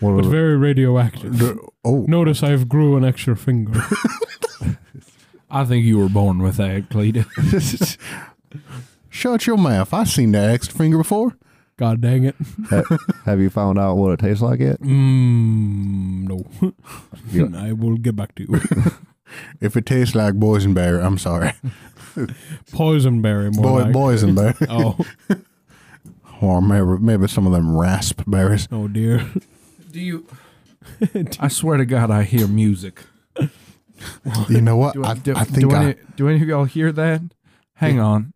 S7: what
S3: but
S7: are the-
S3: very radioactive.
S7: oh,
S3: notice I've grew an extra finger.
S2: I think you were born with that, Cleta.
S7: Shut your mouth. I've seen that extra finger before.
S3: God dang it.
S5: Ha- have you found out what it tastes like yet?
S3: Mm, no.
S5: Yeah.
S3: I will get back to you.
S7: If it tastes like boysenberry, I'm sorry.
S3: Poisonberry,
S7: Boy,
S3: more like.
S7: boysenberry.
S3: Oh.
S7: Or maybe, maybe some of them raspberries.
S3: Oh, dear.
S2: Do you? I swear to God, I hear music.
S7: You know what?
S2: Do,
S7: I,
S2: do-
S7: I think
S2: do
S7: I,
S2: any, do any of y'all hear that? Hang on.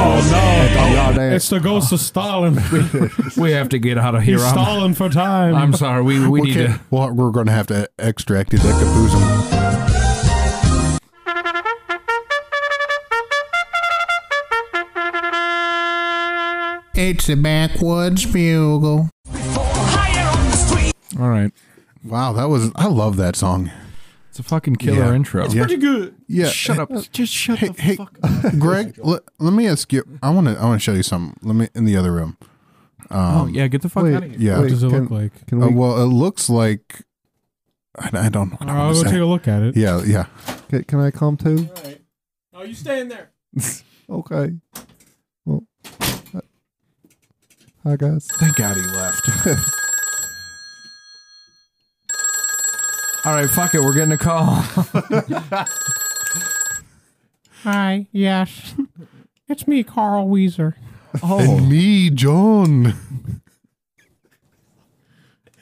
S3: Oh, no. It's the ghost of Stalin.
S2: We have to get out of here.
S3: He's
S2: I'm,
S3: stalling for time.
S2: I'm sorry. We, we need
S7: can't-
S2: to.
S7: Well, we're going to have to extract his ectoplasm.
S15: It's a backwoods bugle.
S2: All right.
S7: Wow, that was. I love that song.
S2: It's a fucking killer
S7: Yeah.
S2: intro.
S7: It's Yeah.
S3: Pretty good.
S7: Yeah.
S2: Shut up. Just shut the fuck up.
S7: Greg, let, let me ask you. I want to. I want to show you something. Let me in the other room.
S2: Oh,
S7: Um,
S2: yeah. Get the fuck
S5: Wait,
S2: out of here.
S7: yeah.
S3: What does it
S5: Can-
S3: look like?
S5: Can
S7: Uh,
S5: we?
S7: well, it looks like. I, I don't know. What I
S3: I'll
S7: wanna
S3: go
S7: say.
S3: take a look at it.
S7: Yeah, yeah.
S5: ca- Can I come too?
S3: Oh, you stay in there.
S5: Okay. Well, uh, hi guys.
S2: Thank God he left. All right. Fuck it. We're getting a call.
S12: Hi, yes. It's me, Carl Weezer.
S7: And me, John.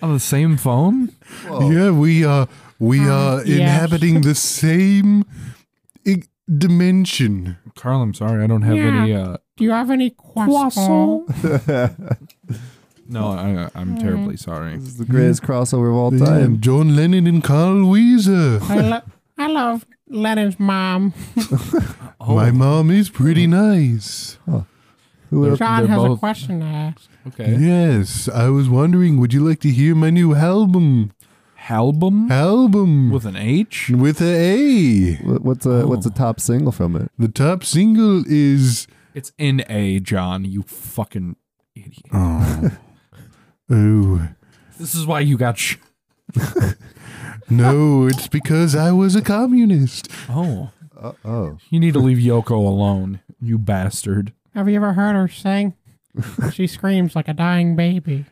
S2: On the same phone?
S7: Yeah, we uh we are
S12: yes.
S7: inhabiting the same i- dimension.
S2: Carl, I'm sorry. I don't have
S12: Yeah.
S2: any. uh
S12: Do you have any croissant?
S2: No, I, I'm terribly sorry.
S5: This is the greatest crossover of all
S7: Yeah,
S5: time.
S7: John Lennon and Carl Weezer.
S12: I, lo- I love Lennon's mom.
S3: Oh.
S7: My mom is pretty
S3: Mm-hmm.
S7: nice.
S5: Who else?
S12: John
S2: they're
S12: has a
S2: both-
S12: question to ask.
S3: Eh?
S2: Okay.
S7: Yes, I was wondering, would you like to hear my new album?
S2: Album
S7: Album
S2: with an H?
S7: with a A.
S5: What- What's a what's a top single from it?
S7: The top single is
S2: It's in A, John, you fucking idiot.
S7: oh, oh
S2: This is why you got sh-
S7: no, it's because I was a communist.
S2: Oh.
S5: Uh oh.
S2: You need to leave Yoko alone, you bastard.
S12: Have you ever heard her sing? she screams like a dying baby.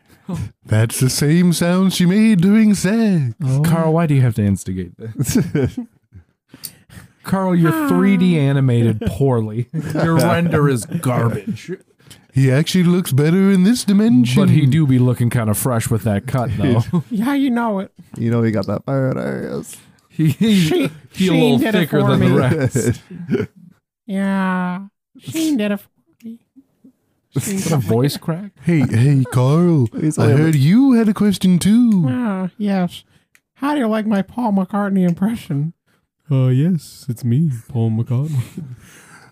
S7: That's the same sound she made during sex.
S2: Carl, why do you have to instigate this? Carl, you're
S12: Ah.
S2: 3D animated poorly. Your render is garbage.
S7: He actually looks better in this dimension.
S2: But he do be looking kind of fresh with that cut, though.
S12: Yeah, you know it.
S5: You know he got that fired ass.
S2: he he,
S12: She-
S2: he
S12: she
S2: a little
S12: did it
S2: thicker
S12: for
S2: than
S12: me.
S2: the rest.
S12: Yeah. She did it for me. She-
S2: Is that a voice crack?
S7: Hey, hey, Carl.
S5: He's
S7: I
S5: like-
S7: heard you had a question too.
S12: Ah, yes. How do you like my Paul McCartney impression?
S3: Uh, yes, it's me, Paul McCartney.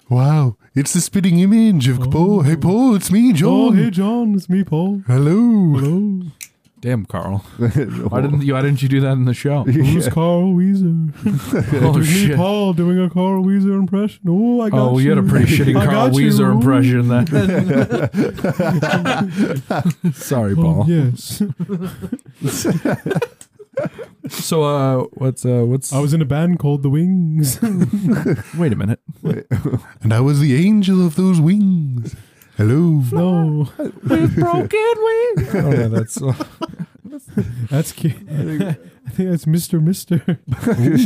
S7: Wow, it's the spitting image of Paul. Hey, Paul, it's me,
S3: Oh,
S7: John.
S3: hey, John, it's me, Paul.
S7: Hello.
S3: Hello.
S2: Damn, Carl. Why didn't you? Why didn't you do that in the show?
S3: Who's Carl Weezer?
S2: Oh
S3: It's me,
S2: shit!
S3: Paul, doing a Carl Weezer impression. Oh, I got
S2: Oh, you had a pretty shitty
S3: I
S2: Carl
S3: got you.
S2: Weezer impression then. Sorry,
S3: Oh,
S2: Paul.
S3: yes.
S2: So, uh, what's uh, what's?
S3: I was in a band called The Wings.
S2: Wait a minute.
S7: And I was the angel of those wings. Hello.
S3: no.
S2: Broken wing. Oh, no, that's
S3: That's ki- I think that's Mr. Mister.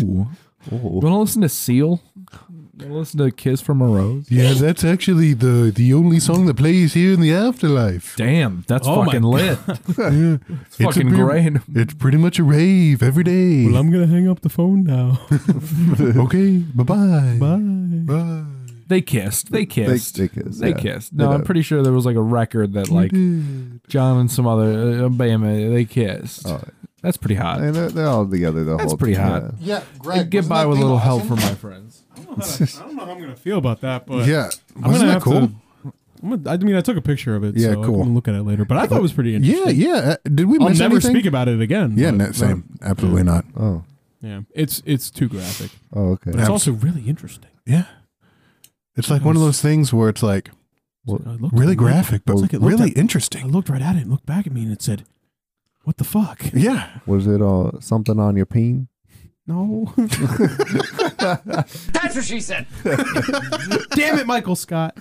S2: Ooh. You want to listen to Seal? You want to listen to Kiss from a Rose?
S7: Yeah, that's actually the the only song that plays here in the afterlife.
S2: Damn, that's
S3: Oh my
S2: fucking lit.
S7: Yeah, it's a
S2: fucking
S7: pretty-
S2: great.
S7: It's pretty much a rave every day.
S3: Well, I'm gonna hang up the phone now.
S7: okay, bye-bye.
S3: Bye.
S7: Bye.
S2: They kissed. They kissed.
S5: they kissed,
S2: They
S5: yeah.
S2: kissed.
S5: They
S2: No, I'm
S5: did.
S2: pretty sure there was like a record that like John and some other uh, Bama they kissed. That's pretty hot.
S5: And they're, they're all together the
S2: That's
S5: whole
S2: pretty
S5: time.
S2: hot.
S3: Yeah,
S2: Greg, Get by with a little help from my friends.
S3: I don't know how I'm gonna feel about that, but
S7: Yeah.
S3: I'm
S7: Wasn't
S3: gonna
S7: that
S3: have
S7: cool?
S3: to- I'm gonna- I mean, I took a picture of it.
S7: Yeah,
S3: so
S7: cool.
S3: I'm gonna look at it later, but I thought it was pretty interesting.
S7: Yeah, yeah. Uh, Did we
S3: I'll
S7: miss
S3: never
S7: anything?
S3: speak about it again.
S7: Yeah,
S3: but-
S7: no, same. Absolutely not.
S5: Oh.
S3: Yeah, it's it's too graphic.
S5: Oh, okay.
S3: But it's also really interesting.
S7: Yeah. It's like one of those things where it's like really graphic, but really interesting.
S3: I looked right at it and looked back at me and it said, "What the fuck?"
S7: Yeah.
S5: Was it uh, something on your peen?
S3: No.
S13: That's what she said.
S3: Damn it, Michael Scott.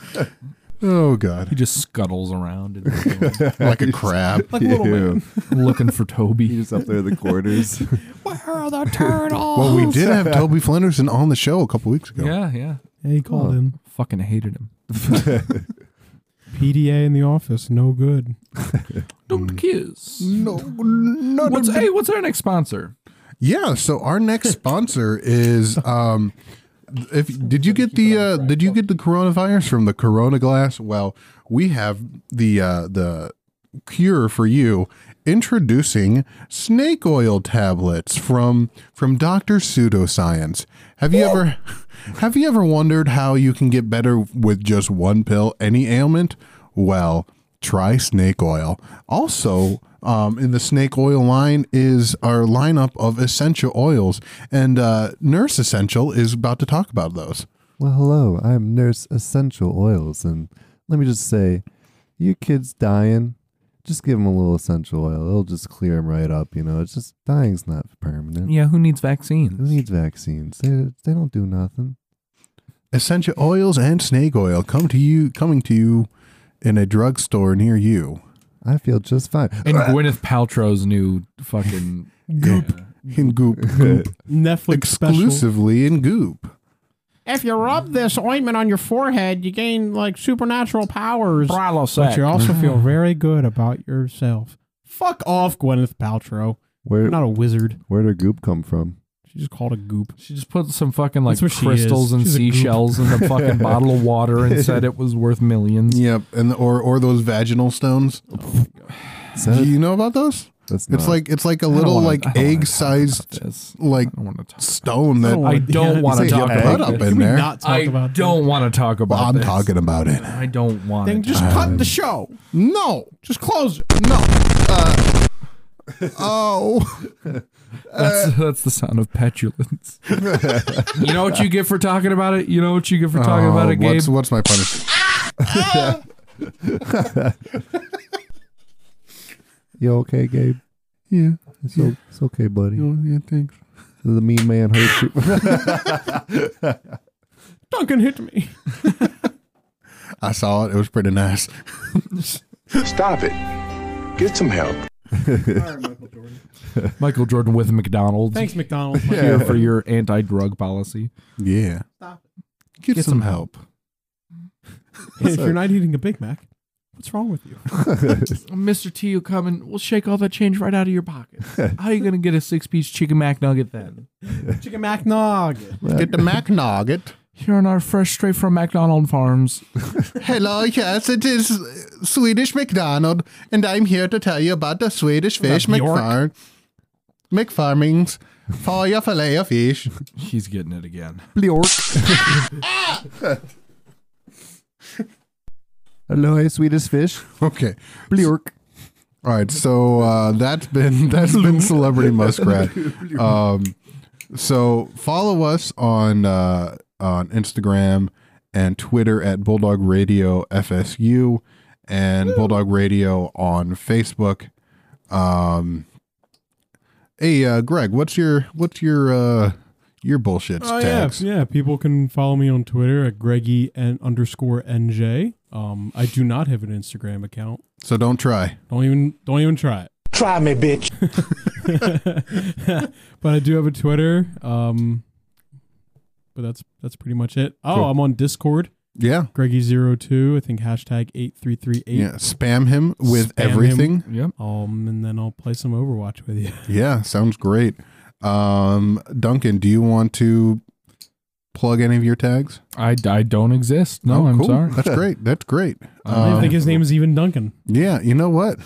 S7: Oh God.
S2: He just scuttles around in the room.
S7: Like a crab.
S2: like a little man looking for Toby.
S5: He's up there in the quarters.
S12: Where are the turtles?
S7: Well, we did have Toby Flenderson on the show a couple weeks ago.
S2: Yeah, yeah.
S3: he called him
S2: Fucking hated him.
S3: PDA in the office. No good. Mm.
S2: Don't kiss.
S7: No, no.
S2: What's hey? What's our next sponsor?
S7: Yeah. So our next sponsor is. Um, if did you get the uh, did you get the coronavirus from the Corona Glass? Well, we have the uh, the cure for you. Introducing snake oil tablets from from Doctor Pseudoscience. Have you ever have you ever wondered how you can get better with just one pill, any ailment? Well, try snake oil. Also, um, in the snake oil line is our lineup of essential oils, and uh, Nurse Essential is about to talk about those.
S5: Well, hello. I'm Nurse Essential Oils, and let me just say, you kids dying, just give them a little essential oil. It'll just clear them right up. You know, it's just dying's not permanent.
S2: Yeah, who needs vaccines?
S5: Who needs vaccines? They they don't do nothing.
S7: Essential oils and snake oil come to you, coming to you in a drugstore near you.
S5: I feel just fine.
S2: And
S3: Uh,
S2: Gwyneth Paltrow's new fucking goop.
S7: In Goop,
S2: Oh
S7: Goop.
S3: Netflix
S7: exclusively in Goop.
S15: If you rub this ointment on your forehead, you gain like supernatural powers.
S3: But you also
S2: Mm-hmm.
S3: feel very good about yourself. Fuck off, Gwyneth Paltrow.
S5: Where
S3: I'm not a wizard.
S5: where did goop come from?
S3: She just called a goop.
S2: She just put some fucking like
S3: That's what she
S2: crystals
S3: is.
S2: and
S3: She's a goop.
S2: seashells in a fucking bottle of water and said it was worth millions.
S7: Yep, and the, or or those vaginal stones.
S5: Is
S7: Do
S5: that-
S7: you know about those?
S5: that's
S7: It's
S5: not-
S7: like it's like a
S2: I don't
S7: little
S2: wanna- I
S7: like
S2: don't wanna
S7: egg sized
S2: This.
S7: like
S2: I don't want to talk.
S7: stone
S3: Oh,
S7: that
S2: I don't want to
S7: Say
S2: talk
S7: your
S2: about
S7: butt up
S2: it.
S7: in
S3: we
S7: there.
S3: not talk
S2: I
S3: about
S2: don't want to talk about.
S7: Well, I'm
S2: this.
S7: talking about it.
S2: I don't want.
S15: Then
S2: to
S15: just
S2: talk.
S15: cut the show.
S7: No,
S15: Just close it.
S7: no. Uh, oh,
S2: That's, that's the sound of petulance. you know what you get for talking about it. You know what you get for talking about
S7: Oh,
S2: it, Gabe.
S7: what's what's my punishment?
S5: You okay, Gabe?
S7: Yeah,
S5: It's, o- it's okay, buddy.
S7: oh, yeah, thanks.
S5: The mean man hurt you.
S3: Duncan hit me.
S7: I saw it. It was pretty nice.
S16: Stop it. Get some help.
S2: Michael Jordan with McDonald's
S3: Thanks, McDonald.
S2: here for your anti-drug policy.
S7: Yeah, Get,
S2: Get
S7: some,
S2: some
S7: help.
S3: if you're not eating a Big Mac, what's wrong with you?
S2: Mr. T will come and we'll shake all that change right out of your pocket. How are you gonna get a six-piece chicken McNugget then?
S3: Chicken Mac Nog.
S7: Get the Mac Nugget.
S2: Here on our fresh straight from McDonald Farms.
S7: Hello, yes, it is Swedish McDonald, and I'm here to tell you about the Swedish fish McFarm. McFarmings for your filet of fish.
S2: He's getting it again.
S5: Hello, hey, sweetest fish.
S7: Okay.
S5: Blork.
S7: All right, so uh, that's been that's been celebrity muskrat. Um, so follow us on uh, on Instagram and Twitter at Bulldog Radio FSU and Bulldog Radio on Facebook. Um, hey, uh, Greg, what's your what's your uh, your bullshit
S3: Oh yeah,
S7: tags?
S3: yeah. People can follow me on Twitter at Greggy and underscore NJ. Um, I do not have an Instagram account.
S7: So don't try.
S3: Don't even don't even try it.
S9: Try me, bitch.
S3: but I do have a Twitter. Um, but that's that's pretty much it. Oh,
S7: Cool.
S3: I'm on Discord.
S7: Yeah,
S3: Greggy02, I think hashtag 8338.
S7: yeah. Spam him with
S3: Spam him.
S7: everything.
S2: Yep.
S3: Um, and then I'll play some Overwatch with you.
S7: Yeah, sounds great. Um, Duncan, do you want to plug any of your tags? Oh,
S2: I, I don't exist. No, I'm sorry.
S7: That's great. That's great.
S3: I don't even think his name is even Duncan.
S7: Yeah, you know what?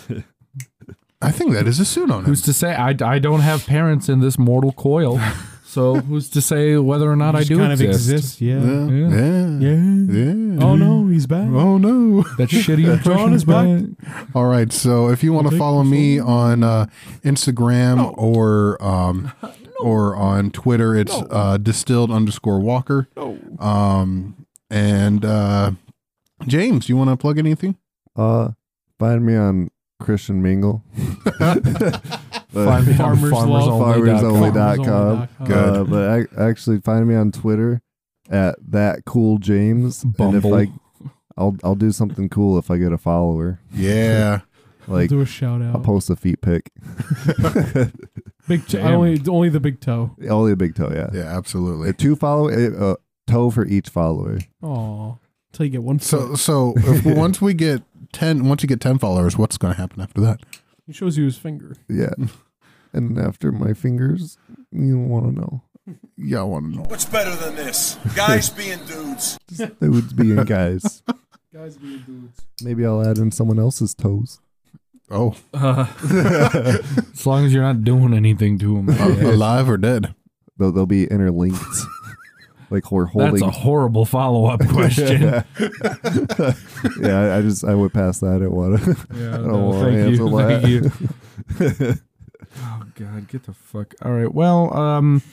S7: I think that is a pseudonym.
S2: Who's to say I, I don't have parents in this mortal coil? So who's to say whether or not I
S3: Just
S2: do
S3: kind of
S2: exist?
S3: exists, yeah.
S7: Yeah.
S2: Yeah.
S7: Yeah.
S3: Oh no, he's back.
S7: Oh no.
S2: That shitty
S3: John
S2: impression
S3: is back.
S7: All right. So if you want to follow me on uh, Instagram or um, or on Twitter, it's uh, distilled underscore Walker. Um, and uh, James, you want to plug anything?
S5: Uh, find me on Christian Mingle. uh,
S2: Find me on
S5: farmersonly.com.
S2: farmersonly.com.
S5: Uh, but I, actually, find me on Twitter at that cool James.
S2: Bumble.
S5: And if I, I'll I'll do something cool if I get a follower.
S7: Yeah.
S5: like
S3: do a shout
S5: I'll
S3: out.
S5: post a feet pic.
S3: Big toe,
S5: Damn.
S3: only only the big toe.
S5: Only a big toe, yeah.
S7: Yeah, absolutely.
S5: Uh, two follow uh, uh, toe for each follower.
S3: Oh, till you get one.
S7: So so if, once we get ten, once you get ten followers, what's going to happen after that?
S3: He shows you his finger.
S5: Yeah. And after my fingers, you want to know.
S7: Y'all want to know.
S17: What's better than this? Guys being dudes.
S5: Dudes being guys.
S3: Guys being dudes.
S5: Maybe I'll add in someone else's toes.
S7: Oh,
S2: Uh, as long as you're not doing anything to him.
S7: alive or dead?
S5: They'll, they'll be interlinked. like we're holding.
S2: That's a horrible follow up question.
S5: yeah, I, I just I went past that. I didn't want to.
S2: Yeah,
S5: I don't
S2: no,
S5: want to
S2: thank you,
S5: answer
S2: thank
S5: that.
S2: you. oh God, get the fuck. All right. Well, um,